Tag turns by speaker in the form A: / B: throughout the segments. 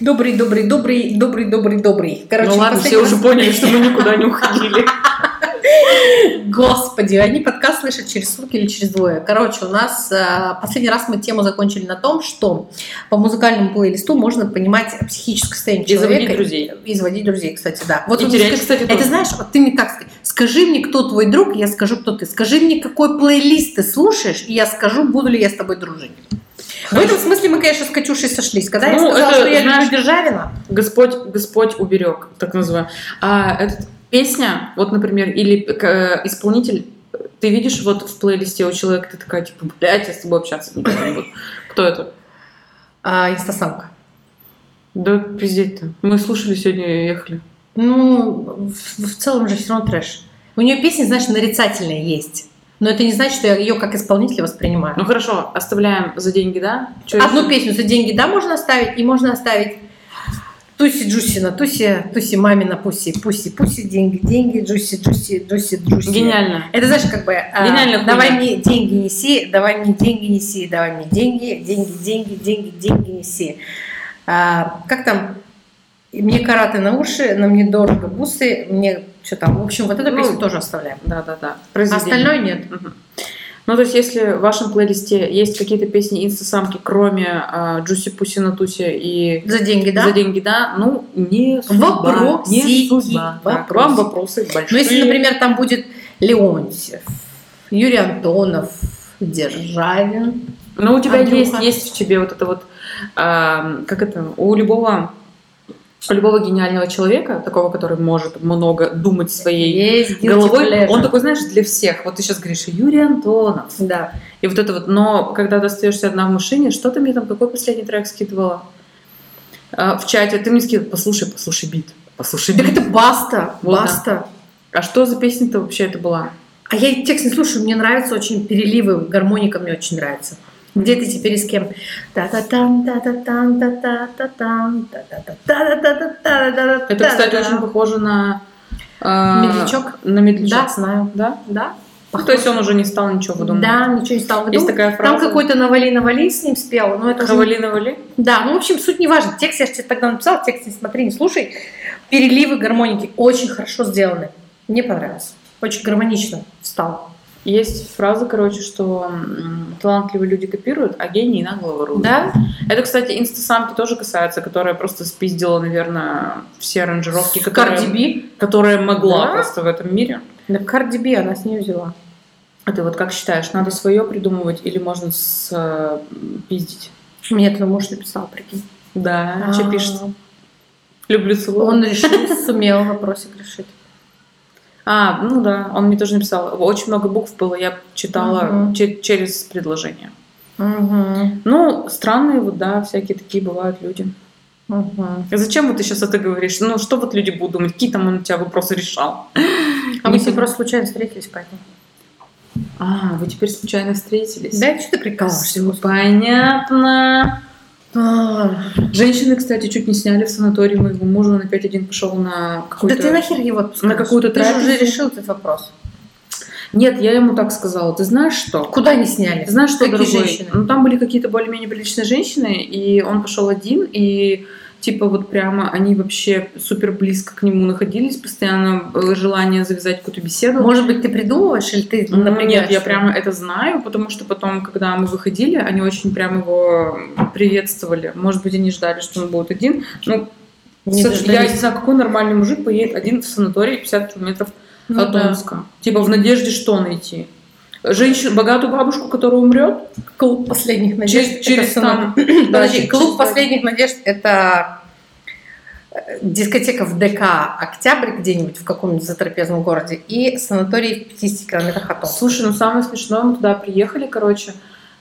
A: Добрый, добрый, добрый, добрый, добрый, добрый. Короче,
B: ну ладно, все
A: последний
B: уже
A: раз-
B: поняли, что мы никуда не уходили.
A: Господи, они подкаст слышат через сутки или через двое. Короче, у нас э, последний раз мы тему закончили на том, что по музыкальному плейлисту можно понимать психическое состояние
B: И заводить
A: человека.
B: друзей.
A: И заводить друзей, кстати, да. Вот
B: И
A: он
B: терять,
A: скажет,
B: кстати,
A: «А ты
B: тоже.
A: знаешь, вот ты мне как сказать, скажи мне, кто твой друг, я скажу, кто ты. Скажи мне, какой плейлист ты слушаешь, и я скажу, буду ли я с тобой дружить. В этом смысле мы, конечно, с Катюшей сошлись. Когда я
B: Ну,
A: сказала,
B: это,
A: что я
B: знаешь,
A: люблю Державина,
B: Господь, Господь уберег, так называю. А этот- песня, вот, например, или э, исполнитель, ты видишь вот в плейлисте у человека, ты такая, типа, блядь, я с тобой общаться никогда не буду. Кто это?
A: а, инстасамка.
B: Да пиздеть-то. Мы слушали сегодня и ехали.
A: Ну, в, в целом же все равно трэш. У нее песни, знаешь, нарицательные есть. Но это не значит, что я ее как исполнителя воспринимаю.
B: Ну хорошо, оставляем за деньги, да? Чё
A: Одну
B: еще?
A: песню за деньги, да, можно оставить, и можно оставить Туси Джусина, Туси, Туси Мамина, Пуси, Пуси, Пуси, деньги, деньги, Джуси, Джуси, Джуси, Джуси.
B: Гениально.
A: Это знаешь, как бы, а,
B: Гениальная хуйня.
A: давай мне деньги неси, давай мне деньги неси, давай мне деньги, деньги, деньги, деньги, деньги неси. А, как там? Мне караты на уши, на мне дорого бусы, мне что там? В общем, вот эту
B: Ну,
A: песню тоже оставляем.
B: Да-да-да.
A: А
B: Произведение.
A: остальное нет.
B: Мгм. Ну, то есть, если в вашем плейлисте есть какие-то песни инстасамки, кроме а, Джуси Пуси Натуси и
A: За деньги, да?
B: за деньги, да, ну, не судьба.
A: Вопросики,
B: Не судьба. Так,
A: вопросы.
B: Вам вопросы большие.
A: Ну, если, например, там будет Леонтьев, Юрий Антонов, Державин.
B: Ну, у тебя
A: Андрюха.
B: есть, есть в тебе вот это вот, а, как это, у любого, у любого гениального человека, такого, который может много думать своей
A: Есть типа guilty
B: головой,
A: pleasure.
B: он такой, знаешь, для всех. Вот ты сейчас говоришь, Юрий Антонов.
A: Да.
B: И вот это вот, но когда ты остаешься одна в машине, что ты мне там, какой последний трек скидывала? А, в чате ты мне скидывал, послушай, послушай бит, послушай
A: Так
B: бит.
A: это баста,
B: Вот, да.
A: баста.
B: А что за песня-то вообще это была?
A: А я и текст не слушаю, мне нравятся очень переливы, гармоника мне очень нравится. Где ты теперь и с кем? Та-та-там, та-та-там, та-та-та-там, та-та-та-та-та-та-та-та-та-та.
B: Это, кстати, очень похоже на... а,
A: Медлячок?
B: На медлячок.
A: Да, знаю.
B: Да?
A: Да.
B: Ну, то есть он уже не стал ничего выдумывать.
A: Да, ничего не стал
B: Есть
A: выдумывать.
B: такая фраза.
A: Там какой-то навали-навали с ним спел, но это уже не
B: Хавали-навали?
A: Да, ну, в общем, суть не важна. Текст я же тебе тогда написала, текст не смотри, не слушай. Переливы гармоники очень хорошо сделаны. Мне понравилось. Очень гармонично встал.
B: Есть фраза, короче, что м, талантливые люди копируют, а гении нагло воруют.
A: Да?
B: Это, кстати, инстасамки тоже касается, которая просто спиздила, наверное, все аранжировки, которые,
A: Кардиби.
B: которая могла
A: Да?
B: просто в этом мире.
A: Да, Кардиби она с ней взяла.
B: А ты вот как считаешь, надо свое придумывать или можно с, э, пиздить?
A: Мне это муж написал, прикинь.
B: Да, че пишет? Люблю целую.
A: Он решил, сумел вопросик решить.
B: А, ну да, он мне тоже написал. Очень много букв было, я читала
A: Мгм.
B: че- через предложение.
A: Мгм.
B: Ну, странные вот, да, всякие такие бывают люди.
A: Мгм.
B: А Зачем вот ты сейчас это говоришь? Ну, что вот люди будут думать? Какие там он у тебя вопросы решал?
A: А мы
B: Не
A: с ним
B: понимаю.
A: просто случайно встретились, поэтому.
B: А, вы теперь случайно встретились?
A: Да, что ты прикалываешься?
B: Все понятно.
A: А,
B: Женщины, кстати, чуть не сняли в санатории моего мужа. Он опять один пошел на
A: Да
B: какую-то...
A: ты нахер его отпускаешь?
B: какую-то
A: Ты же уже
B: трапезу.
A: решил этот вопрос.
B: Нет, я ему так сказала. Ты знаешь что?
A: Куда не сняли?
B: Ты знаешь что,
A: Какие
B: дорогой?
A: женщины?
B: Ну, там были какие-то более-менее приличные женщины, и он пошел один, и типа вот прямо они вообще супер близко к нему находились, постоянно э, желание завязать какую-то беседу.
A: Может быть, ты придумываешь, или ты
B: Ну,
A: напрягаешься?
B: Нет, я прямо это знаю, потому что потом, когда мы выходили, они очень прям его приветствовали. Может быть, они ждали, что он будет один. Ну,
A: Не
B: со- я
A: дождались.
B: не знаю, какой нормальный мужик поедет один в санаторий 50 километров
A: Ну
B: от
A: да.
B: Омска. Типа в надежде что найти? Женщину, богатую бабушку, которая умрет?
A: Клуб последних надежд.
B: Через-
A: это
B: через там-
A: санаторий.
B: да,
A: Подожди,
B: через-
A: клуб
B: через-
A: последних надежд это э, дискотека в ДК «Октябрь» где-нибудь в каком-нибудь затрапезном городе и санаторий в 50 километрах от Омска.
B: Слушай, ну самое смешное, мы туда приехали, короче,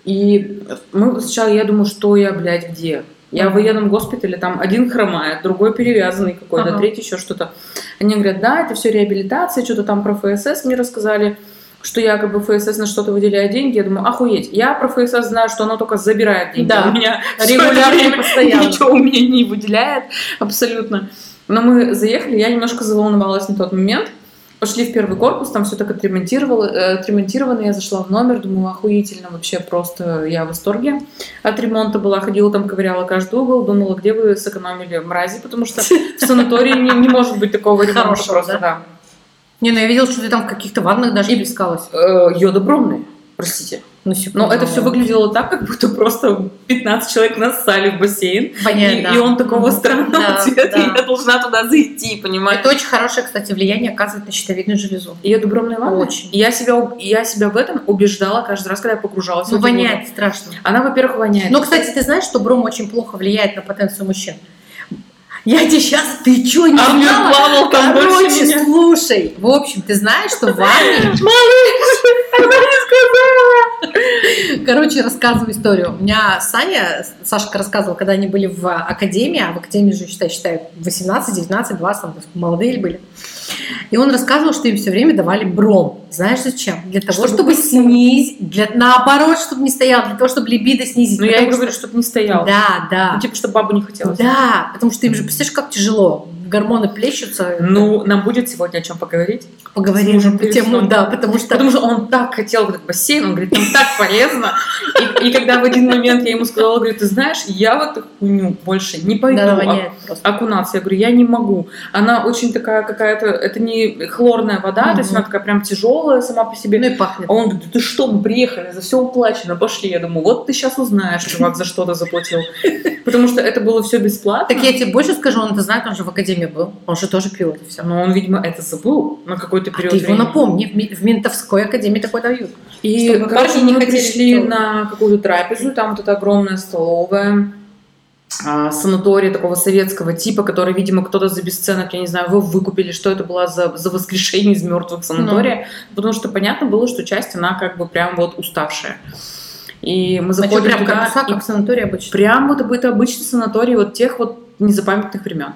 B: и мы сначала, я думаю, что я, блядь, где? Я в военном госпитале, там один хромает, другой перевязанный какой-то,
A: Ага.
B: третий еще что-то. Они говорят, да, это все реабилитация, что-то там про ФСС мне рассказали, что якобы ФСС на что-то выделяет деньги. Я думаю, охуеть, я про ФСС знаю, что оно только забирает деньги.
A: Да.
B: У меня всё это
A: Регулярно,
B: время
A: постоянно.
B: Ничего у меня не выделяет абсолютно. Но мы заехали, я немножко заволновалась на тот момент. Пошли в первый корпус, там все так отремонтировало, э, отремонтировано. Я зашла в номер, думала, охуительно вообще, просто я в восторге от ремонта была. Ходила там, ковыряла каждый угол, думала, где вы сэкономили мрази, потому что в санатории не, не может быть такого ремонта
A: Хорошего,
B: просто,
A: да?
B: да.
A: Не, ну я видела, что ты там в каких-то ваннах даже
B: И-
A: плескалась.
B: Э, йодобромные, простите.
A: Ну,
B: Но это все выглядело так, как будто просто 15 человек нассали в бассейн. И,
A: Понятно.
B: и он такого
A: Мгм.
B: странного
A: Да,
B: цвета, и
A: да.
B: я должна туда зайти, понимаешь?
A: Это очень хорошее, кстати, влияние оказывает на щитовидную железу.
B: Йодобромные ванны?
A: Очень.
B: И Я себя, уб- я себя в этом убеждала каждый раз, когда я погружалась
A: Ну,
B: в эту воду.
A: воняет страшно.
B: Она, во-первых, воняет.
A: Но, Ну, кстати, ты знаешь, что бром очень плохо влияет на потенцию мужчин? Я тебе сейчас... Ты что, не
B: а мне
A: знала?
B: плавал там больше
A: Короче,
B: меня.
A: слушай. В общем, ты знаешь, что в ванне... Короче, рассказываю историю. У меня Саня, Сашка рассказывал, когда они были в академии, а в академии же, считай, считай, 18, 19, 20, там, молодые были. И он рассказывал, что им все время давали бром. Знаешь, зачем? Для того, чтобы,
B: Чтобы
A: снизить, для, наоборот, чтобы не стоял, для того, чтобы либидо снизить.
B: Но Ну, я ей
A: Потому
B: говорю, чтобы не
A: что-
B: стоял.
A: Да, да.
B: Ну, типа, чтобы бабу не хотелось.
A: Да, потому что им же, представляешь, как тяжело. Гормоны плещутся.
B: Ну, нам будет сегодня о чем поговорить.
A: поговорим
B: с мужем
A: по тему,
B: плюсом.
A: да, потому что...
B: ну, Потому что он так хотел в этот бассейн, он говорит, там так полезно. И, и когда в один момент я ему сказала, говорит, ты знаешь, я в эту хуйню больше не пойду
A: Да,
B: оку-
A: воняет просто.
B: окунаться. Я говорю, я не могу. Она очень такая какая-то, это не хлорная вода, то есть
A: Мгм.
B: она такая прям тяжелая сама по себе.
A: Ну и пахнет.
B: А он говорит, «Да ты что, мы приехали, за все уплачено, пошли. Я думаю, вот ты сейчас узнаешь, чувак, за что ты заплатил. Потому что это было все бесплатно.
A: Так я тебе больше скажу, он это знает, он же в академии был. Он же тоже пил это все.
B: Но он, видимо, это забыл на какой-то период
A: А ты его
B: времени.
A: напомни, в ми- в ментовской академии такое дают.
B: И,
A: Чтобы
B: короче,
A: парни не
B: мы
A: хотели
B: пришли
A: столовой.
B: на какую-то трапезу, там вот эта огромная столовая, а, санаторий такого советского типа, который, видимо, кто-то за бесценок, я не знаю, его выкупили, что это было за, за воскрешение из мертвых
A: Ну.
B: санатория, потому что понятно было, что часть, она как бы прям вот уставшая. И мы
A: Значит,
B: заходим
A: прям как
B: туда,
A: гусак,
B: и
A: как в санатории обычно.
B: Прям вот это обычный санаторий вот тех вот незапамятных времен.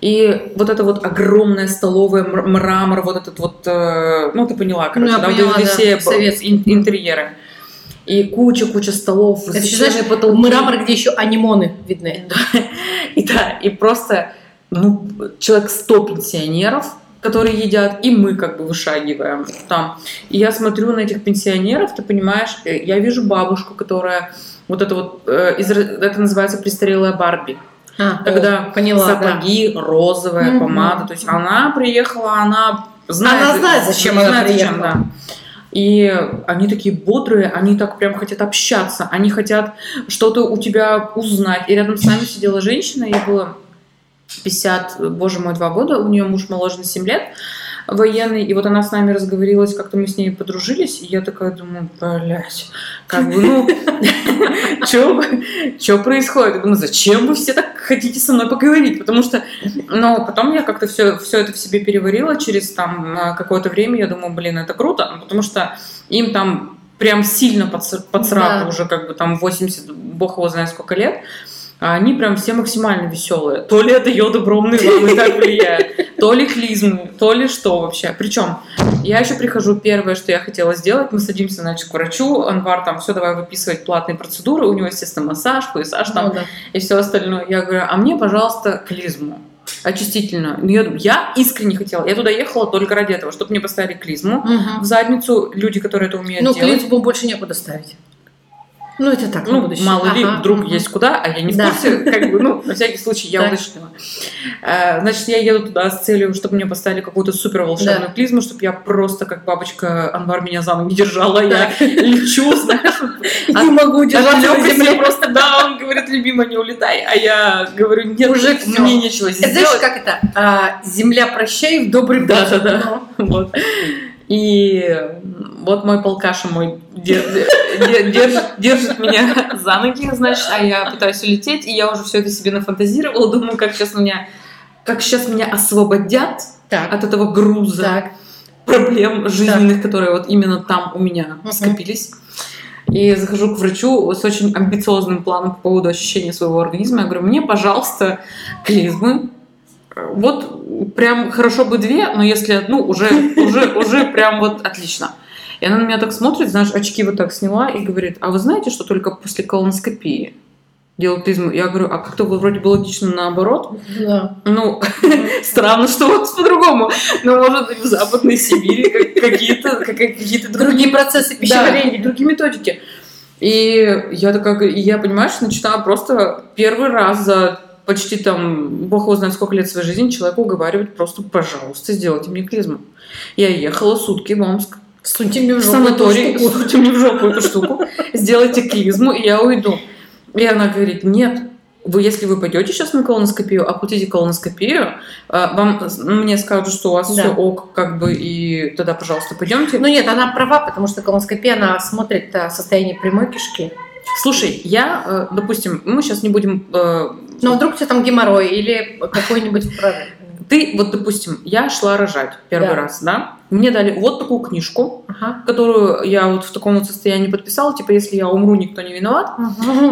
B: И вот это вот огромная столовая, мр- мрамор, вот этот вот, э, ну ты поняла, короче,
A: я
B: да, вот
A: поняла,
B: эти
A: да,
B: все б-
A: советские.
B: ин- интерьеры. И куча-куча столов,
A: Это еще,
B: высоченные
A: знаешь,
B: потолки.
A: мрамор, где еще анимоны видны.
B: И да, и просто, ну, человек 100 пенсионеров, которые едят, и мы как бы вышагиваем там. И я смотрю на этих пенсионеров, ты понимаешь, э, я вижу бабушку, которая вот это вот, э, из- это называется престарелая Барби.
A: А,
B: Когда
A: о, поняла, да.
B: сапоги, розовая
A: Мгм.
B: помада. То есть она приехала, она знает,
A: Она знает, зачем она приехала.
B: да. И они такие бодрые, они так прям хотят общаться, они хотят что-то у тебя узнать. И рядом с нами сидела женщина, ей было 50, боже мой, два года, у нее муж моложе на 7 лет, военный, и вот она с нами разговорилась, как-то мы с ней подружились, и я такая думаю, блядь, как бы, ну, что происходит? Я думаю, зачем вы все так хотите со мной поговорить? Потому что, но потом я как-то все, все это в себе переварила через там э, какое-то время, я думаю, блин, это круто, ну, потому что им там прям сильно под, с- под сраку
A: Да.
B: уже как бы там 80, бог его знает сколько лет, а они прям все максимально веселые. То ли это ну йодобромные волны так влияет, то ли клизмы, то ли что вообще. Причем я еще прихожу, первое, что я хотела сделать, мы садимся, значит, к врачу, Анвар там, все, давай выписывать платные процедуры, у него, естественно, массаж, хуесаж там
A: Ну да.
B: и все остальное. Я говорю, а мне, пожалуйста, клизму очистительную. Ну, Я, думаю, я искренне хотела, я туда ехала только ради этого, чтобы мне поставили клизму в
A: Мгм.
B: задницу, люди, которые это умеют
A: Ну,
B: делать.
A: клинцу больше некуда ставить. Ну, это так, на
B: Ну,
A: будущее.
B: мало ли,
A: Ага,
B: вдруг
A: мгм.
B: есть куда, а я не в
A: Да.
B: курсе, как бы, ну, на всякий случай, я
A: Так.
B: уточнила. А, Значит, я еду туда с целью, чтобы мне поставили какую-то супер волшебную
A: Да.
B: клизму, чтобы я просто, как бабочка Анвар меня за ноги держала, а я
A: Так.
B: лечу, знаешь, вот
A: Не могу держаться на
B: отвлёкся
A: земле.
B: просто, да, он говорит, любимая, не улетай, а я говорю, нет,
A: Уже всё.
B: мне нечего здесь
A: Это Знаешь,
B: делать.
A: как это? А, земля прощай в добрый
B: Да,
A: путь.
B: да, да.
A: Ну,
B: Вот. И вот мой полкаша мой дер- дер- держит, держит меня за ноги, значит, а я пытаюсь улететь, и я уже все это себе нафантазировала, думаю, как сейчас меня как сейчас меня освободят
A: Так,
B: от этого груза
A: так.
B: проблем жизненных, которые вот именно там у меня
A: Мгм.
B: скопились. И захожу к врачу с очень амбициозным планом по поводу ощущения своего организма. Я говорю, мне, пожалуйста, клизмы. Вот прям хорошо бы две, но если одну, уже, уже, уже прям вот отлично. И она на меня так смотрит, знаешь, очки вот так сняла и говорит, а вы знаете, что только после колоноскопии делают ты изм- Я говорю, а как-то вы вроде бы логично наоборот.
A: Да.
B: Ну, странно, что вот по-другому. Но, может, в Западной Сибири как- какие-то как- какие-то
A: Другие процессы пищеварения.
B: да, другие методики. И я такая, говорю, и я понимаю, что начинала просто первый раз за почти там, бог его знает сколько лет своей жизни, человеку уговаривать просто, пожалуйста, сделайте мне клизму. Я ехала сутки в Омск,
A: Суньте мне в
B: в
A: жопу эту
B: санаторий,
A: штуку.
B: суньте мне в жопу эту штуку, сделайте клизму, и я уйду. И она говорит, нет, вы, если вы пойдете сейчас на колоноскопию, оплатите колоноскопию, а, вам с- мне скажут, что у вас
A: Да.
B: все ок, как бы, и тогда, пожалуйста, пойдемте.
A: Ну нет, она права, потому что колоноскопия, она смотрит э, состояние прямой кишки.
B: Слушай, я, э, допустим, мы сейчас не будем... э,
A: Но вдруг у тебя там геморрой или какой-нибудь прорыв.
B: Ты, вот, допустим, я шла рожать первый
A: Да.
B: раз, да? Мне дали вот такую книжку,
A: Ага.
B: которую я вот в таком вот состоянии подписала, типа, если я умру, никто не виноват.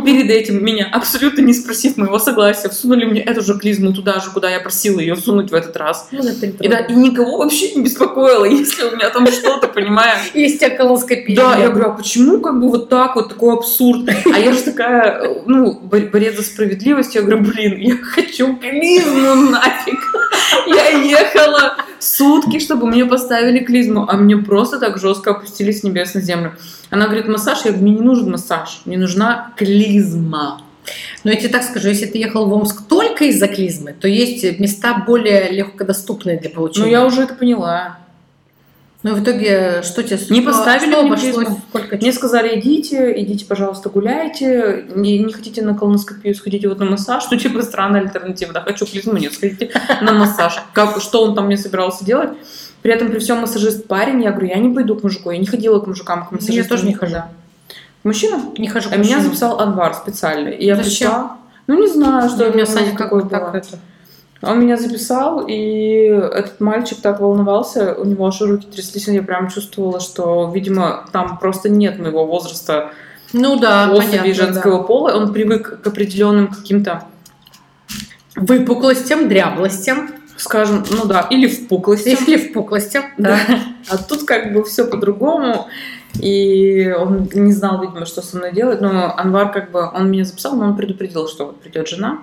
B: Перед этим меня, абсолютно не спросив моего согласия, всунули мне эту же клизму туда же, куда я просила ее всунуть в этот раз.
A: Ну, это
B: И, да, и никого вообще не беспокоило, если у меня там что-то, понимаешь,
A: Есть у тебя колоноскопия.
B: Да, я говорю, а почему как бы вот так вот, такой абсурд? А я же такая, э, ну, бор- борец за справедливость. Я говорю, блин, я хочу клизму нафиг. Я ехала сутки, чтобы мне поставили клизму, а мне просто так жестко опустили с небес на землю. Она говорит, массаж, я говорю, мне не нужен массаж, мне нужна клизма.
A: Но ну я тебе так скажу, если ты ехал в Омск только из-за клизмы, то есть места более легкодоступные для получения.
B: Ну, я уже это поняла.
A: Но в итоге, что тебе...
B: Не поставили
A: что
B: мне
A: обошлось?
B: клизму.
A: Сколько
B: Мне сказали, идите, идите, пожалуйста, гуляйте, не, не хотите на колоноскопию, сходите вот на массаж, что типа странная альтернатива, да, хочу клизму, нет, сходите на массаж. Как, что он там мне собирался делать? При этом при всем массажист парень, я говорю, я не пойду к мужику, я не ходила к мужикам, к
A: Я
B: массажисту.
A: тоже не
B: никогда. Мужчина?
A: Не хожу к
B: А меня
A: мужчинам.
B: записал Анвар специально. И я
A: Зачем?
B: пришла. Ну, не знаю, что
A: А, у меня
B: это
A: Саня как
B: такое
A: бы
B: было.
A: так это...
B: Он меня записал, и этот мальчик так волновался, у него аж руки тряслись, и я прям чувствовала, что, видимо, там просто нет моего возраста
A: Ну да,
B: особи
A: понятно.
B: женского пола. Он привык к определенным каким-то,
A: да. Выпуклостям, дряблостям
B: скажем, ну да, или впуклостям.
A: или впуклостям.
B: Да. А тут как бы все по-другому. И он не знал, видимо, что со мной делать. Но Анвар как бы, он меня записал, но он предупредил, что вот придет жена.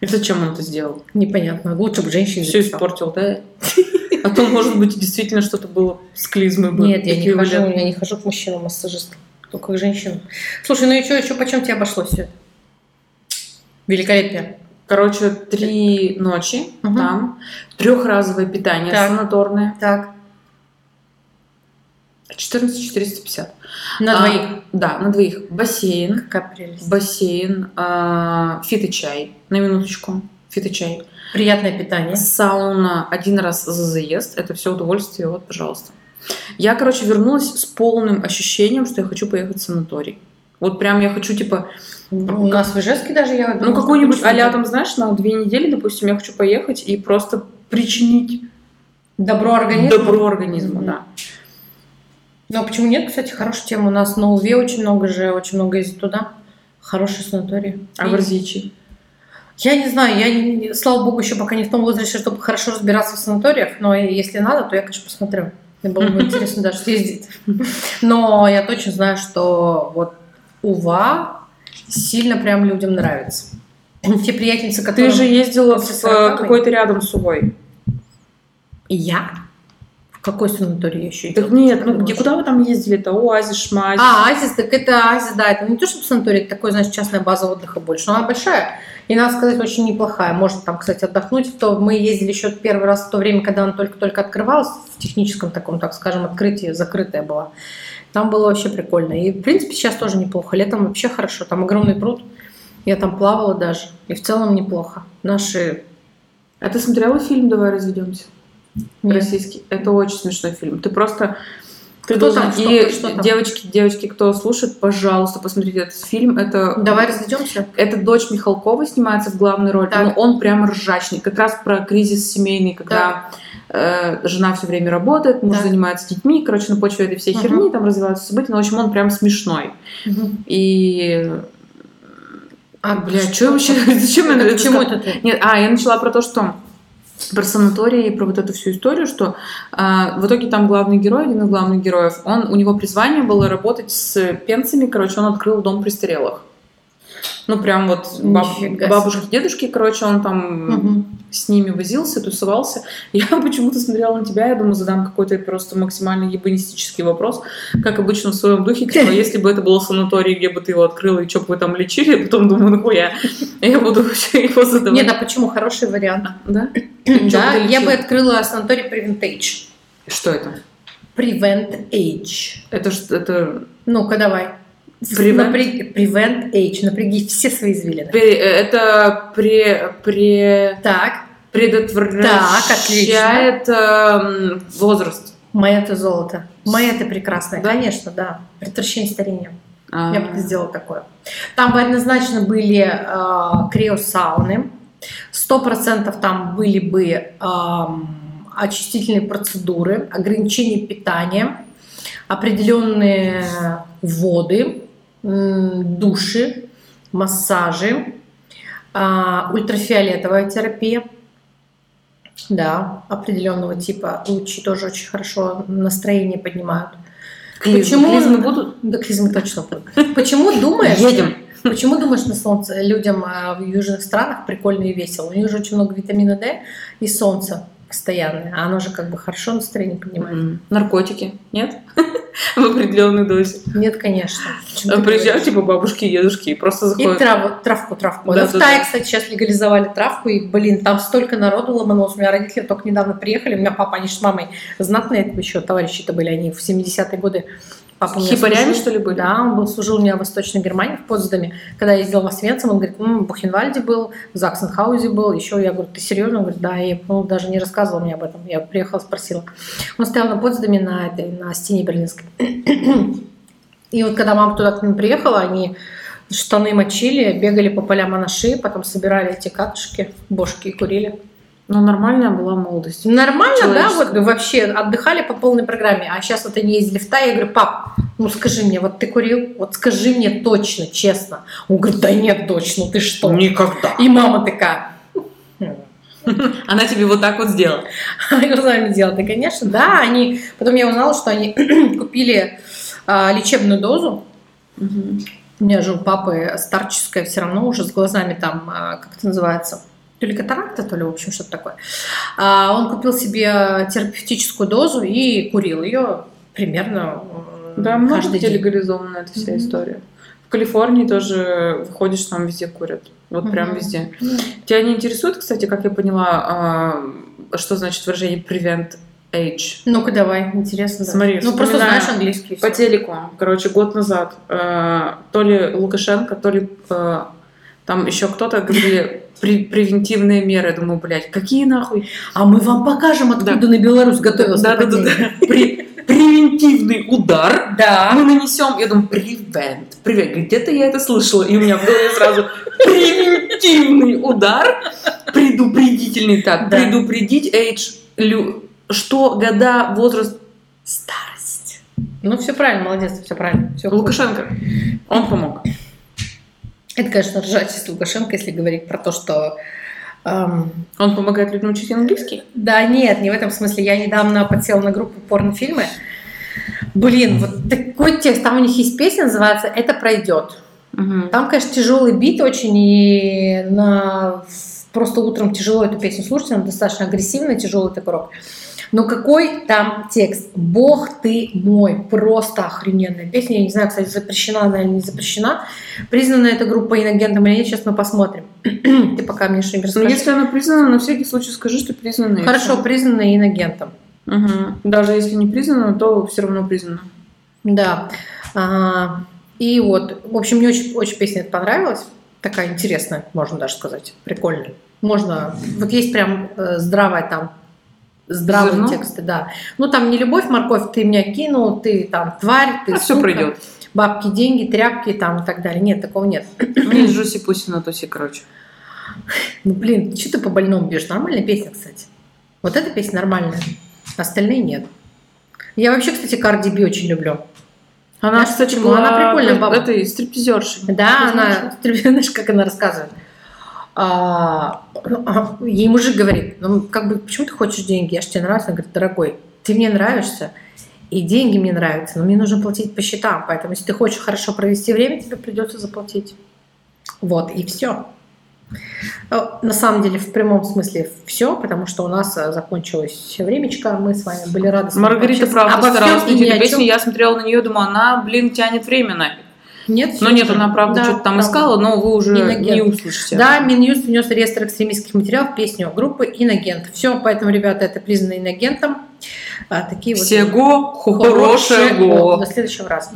B: И зачем он это сделал?
A: Непонятно. Лучше бы женщине
B: Все
A: записал.
B: испортил, да? А то, может быть, действительно что-то было с клизмой. бы
A: Нет, я не хожу,
B: эквивалентно.
A: я не хожу к мужчинам-массажистам, только к женщинам. Слушай, ну и что, еще почем тебе обошлось все? Великолепно.
B: Короче, три ночи
A: Мгм.
B: там, трехразовое питание
A: Так.
B: санаторное,
A: Так,
B: 14 450.
A: на
B: А,
A: двоих.
B: Да, на двоих. Бассейн,
A: Какая прелесть.
B: бассейн, а, фиточай, на минуточку, фиточай.
A: Приятное питание.
B: Сауна один раз за заезд, это все удовольствие, вот, пожалуйста. Я, короче, вернулась с полным ощущением, что я хочу поехать в санаторий. Вот прям я хочу, типа,
A: У нас в Ижевске даже я...
B: Ну, какой-нибудь а там, знаешь, на две недели, допустим, я хочу поехать и просто причинить
A: Добро организм.
B: добро организму, да.
A: Ну, а почему нет, кстати, хорошая тема. У нас на Улве очень много же, очень много ездит туда. Хорошие санатории.
B: А в Рзичи?
A: Я не знаю, я, не- слава богу, еще пока не в том возрасте, чтобы хорошо разбираться в санаториях, но если надо, то я, конечно, посмотрю. Мне было бы интересно даже съездить. Но я точно знаю, что вот Ува сильно прям людям нравится. Те приятельницы,
B: Ты
A: которые...
B: же ездила в
A: После
B: э,
A: сороковой?
B: какой-то рядом с Увой.
A: Я? В какой санаторий я еще ездила?
B: Так нет, ну
A: Подумала.
B: где, куда вы там ездили-то? Оазис, Шмазис.
A: А, Азис, так это Азис, да, это не то, чтобы санаторий, это такой, значит, частная база отдыха больше, но она большая, и, надо сказать, очень неплохая, можно там, кстати, отдохнуть, то мы ездили еще первый раз в то время, когда она только-только открывалась, в техническом таком, так скажем, открытии, закрытая была, там было вообще прикольно, и, в принципе, сейчас тоже неплохо, летом вообще хорошо, там огромный пруд, я там плавала даже, и в целом неплохо, наши...
B: А ты смотрела фильм «Давай разведемся»?
A: Нет.
B: Российский. Это очень смешной фильм. Ты просто... Ты
A: Кто
B: должна-
A: там? Что-
B: И
A: что там?
B: девочки, девочки, кто слушает, пожалуйста, посмотрите этот фильм. Это
A: Давай разведемся.
B: Это дочь Михалкова снимается в главной роли,
A: Так.
B: но он прям ржачный. Как раз про кризис семейный, когда э, жена все время работает, муж
A: Так.
B: занимается детьми, короче, на почве этой всей
A: Мгм.
B: херни там развиваются события. Но, в общем, он прям смешной. И...
A: А,
B: Бля, что я вообще... Зачем я это
A: Почему
B: сказала?
A: это ты?
B: Нет, а, я начала про то, что про санаторий и про вот эту всю историю, что а, в итоге там главный герой, один из главных героев, он, у него призвание было работать с пенсами, короче, он открыл дом престарелых. Ну, прям вот баб-
A: Нифига себе.
B: бабушки, дедушки, короче, он там
A: Мгм.
B: с ними возился, тусовался. Я почему-то смотрела на тебя, я думаю, задам какой-то просто максимально ебанистический вопрос, как обычно в своем духе, типа, если бы это было санаторий, где бы ты его открыла, и что бы вы там лечили, а потом думаю, ну хуя, я буду вообще его задавать.
A: Нет, а почему? Хороший вариант.
B: Да? И чё
A: Да,
B: бы ты
A: я
B: лечила?
A: бы открыла санаторий Prevent Age.
B: Что это?
A: Prevent Age.
B: Это что? Это...
A: Ну-ка, давай.
B: Prevent?
A: Напряги- Prevent Age. Напряги все свои извилины.
B: пре- Это пре... пре...
A: Так,
B: предотвращает эм, возраст.
A: моя ты золото. Моя ты прекрасная.
B: Да?
A: Конечно, да. Предотвращение старения.
B: А,
A: Я бы сделала такое. Там бы однозначно были э, криосауны. Сто процентов там были бы эм, очистительные процедуры, ограничение питания, определенные воды, м, души, массажи, а, ультрафиолетовая терапия. Да, определенного типа. Лучи тоже очень хорошо настроение поднимают.
B: клизмы.
A: Почему-
B: Клизмы будут?
A: Да, клизмы точно будут. Почему думаешь?
B: Едем.
A: Почему думаешь, на солнце людям а, в южных странах прикольно и весело? У них же очень много витамина D и солнца постоянное, а оно же как бы хорошо настроение поднимает.
B: М, Наркотики? Нет? В определенной дозе.
A: Нет, конечно. О чем
B: А
A: ты
B: Приезжают
A: говоришь?
B: типа бабушки и дедушки и просто
A: И
B: заходят.
A: траву, травку, травку.
B: Да,
A: в
B: да,
A: Тае,
B: да.
A: кстати, сейчас легализовали травку, и, блин, там столько народу ломанулось. У меня родители только недавно приехали, у меня папа, они же с мамой знатные еще товарищи-то были, они в 70-е годы. Папа у меня
B: Хипарями,
A: служил.
B: что ли, были?
A: Да, он был, служил у меня в Восточной Германии, в Потсдаме. Когда я ездила в Освенцим, он говорит, «М, в Бухенвальде был, в Заксенхаузе был, еще я говорю, ты серьезно? Он говорит, да, я по-моему, даже не рассказывал мне об этом. Я приехала, спросила. Он стоял на Потсдаме на, этой, на стене Берлинской. И вот когда мама туда к ним приехала, они штаны мочили, бегали по полям анаши, потом собирали эти катушки, бошки и курили.
B: Ну, нормальная была молодость.
A: Нормально, да, вот
B: Человеческое.
A: вообще отдыхали по полной программе. А сейчас вот они ездили в Тай, я говорю, пап, ну скажи мне, вот ты курил? Вот скажи мне точно, честно. Он говорит, да нет, дочь, ну ты что?
B: Никогда.
A: И мама такая, «Хм,
B: Она тебе вот так вот сделала.
A: я глазами делала. Да, конечно, да, они... Потом я узнала, что они купили а, лечебную дозу. У меня же у папы старческая все равно уже с глазами там, а, как это называется, то ли катаракта, то ли, в общем, что-то такое. А, Он купил себе терапевтическую дозу и курил ее примерно м,
B: Да, много
A: каждый
B: где
A: день.
B: легализована эта вся
A: Мгм.
B: история. В Калифорнии тоже выходишь, там везде курят. Вот прям
A: Мгм.
B: везде.
A: Ну,
B: Тебя не интересует, кстати, как я поняла, а, что значит выражение prevent age?
A: Ну-ка, давай, интересно. да.
B: Смотри,
A: ну, просто
B: вспоминаю.
A: знаешь английский.
B: По
A: всё.
B: телеку, короче, год назад, э, то ли Лукашенко, то ли э, там еще кто-то говорили пре- превентивные меры. Я думаю, блядь, какие нахуй?
A: А мы вам покажем, откуда
B: Да.
A: на Беларусь готовился
B: Да-да-да-да.
A: нападение.
B: Пре- Превентивный удар
A: Да.
B: мы нанесем. Я думаю, превент, привет, где-то я это слышала. И у меня в голове сразу превентивный удар, предупредительный так,
A: Да.
B: предупредить эйдж, лю- что года, возраст, старость.
A: Ну, все правильно, молодец, все правильно. Все
B: Лукашенко, он помог.
A: Это, конечно, ржачь из Лукашенко, если говорить про то, что эм,
B: Он помогает людям учить английский.
A: Да нет, не в этом смысле. Я недавно подсела на группу порнофильмы. Блин, вот такой текст. Там у них есть песня, называется «Это пройдет». Там, конечно, тяжелый бит очень, и на... просто утром тяжело эту песню слушать, она достаточно агрессивная, тяжелый такой рок. Но какой там текст? «Бог ты мой». Просто охрененная песня. Я не знаю, кстати, запрещена она или не запрещена. Признана эта группа инагентом или нет, сейчас мы посмотрим. ты пока мне что-нибудь
B: Ну,
A: расскажешь.
B: если она признана, на всякий случай скажи, что признана. и
A: Хорошо,
B: всё.
A: признана инагентом.
B: Мгм. Даже если не признана, то все равно признана.
A: Да. А, и вот, в общем, мне очень, очень песня эта понравилась. Такая интересная, можно даже сказать. Прикольная. Можно. Вот есть прям э, здравая там. Здравые
B: Зерно?
A: тексты, да. Ну, там не любовь, морковь, ты меня кинул, ты там тварь, ты
B: все
A: сука,
B: пройдет.
A: Бабки, деньги, тряпки там и так далее. Нет, такого нет.
B: Мне Джуси Пусина Туси, короче.
A: Ну, блин, что ты по больному бьешь? Нормальная песня, кстати. Вот эта песня нормальная. Остальные нет. Я вообще, кстати, Карди Би очень люблю.
B: Она,
A: Знаешь,
B: кстати,
A: почему?
B: была
A: Она прикольная баба.
B: Этой стриптизершей.
A: Да,
B: Возможно.
A: она, ты знаешь, как она рассказывает. А, ну, а, ей мужик говорит, ну, как бы, почему ты хочешь деньги? Я же тебе нравлюсь. Она говорит, дорогой, ты мне нравишься, и деньги мне нравятся, но мне нужно платить по счетам, поэтому если ты хочешь хорошо провести время, тебе придется заплатить. Вот, и все. На самом деле, в прямом смысле все, потому что у нас э, закончилось времечко. Мы с вами были рады. с вами
B: Маргарита
A: пообщаться
B: правда
A: обо всем
B: старалась
A: и ни
B: найти
A: о
B: эту песню.
A: чем.
B: Я смотрела на нее, думаю, она, блин, тянет время нафиг.
A: Нет,
B: Но
A: всё
B: нет,
A: же.
B: она правда
A: Да,
B: что-то там
A: правда.
B: искала, но вы уже
A: Иноген.
B: не услышите.
A: Да, Минюст внес в реестр экстремистских материалов песню группы «Инагент». Все, поэтому, ребята, это признано инагентом. А, такие вот
B: Всего
A: хорошие
B: хорошего.
A: До следующего раза.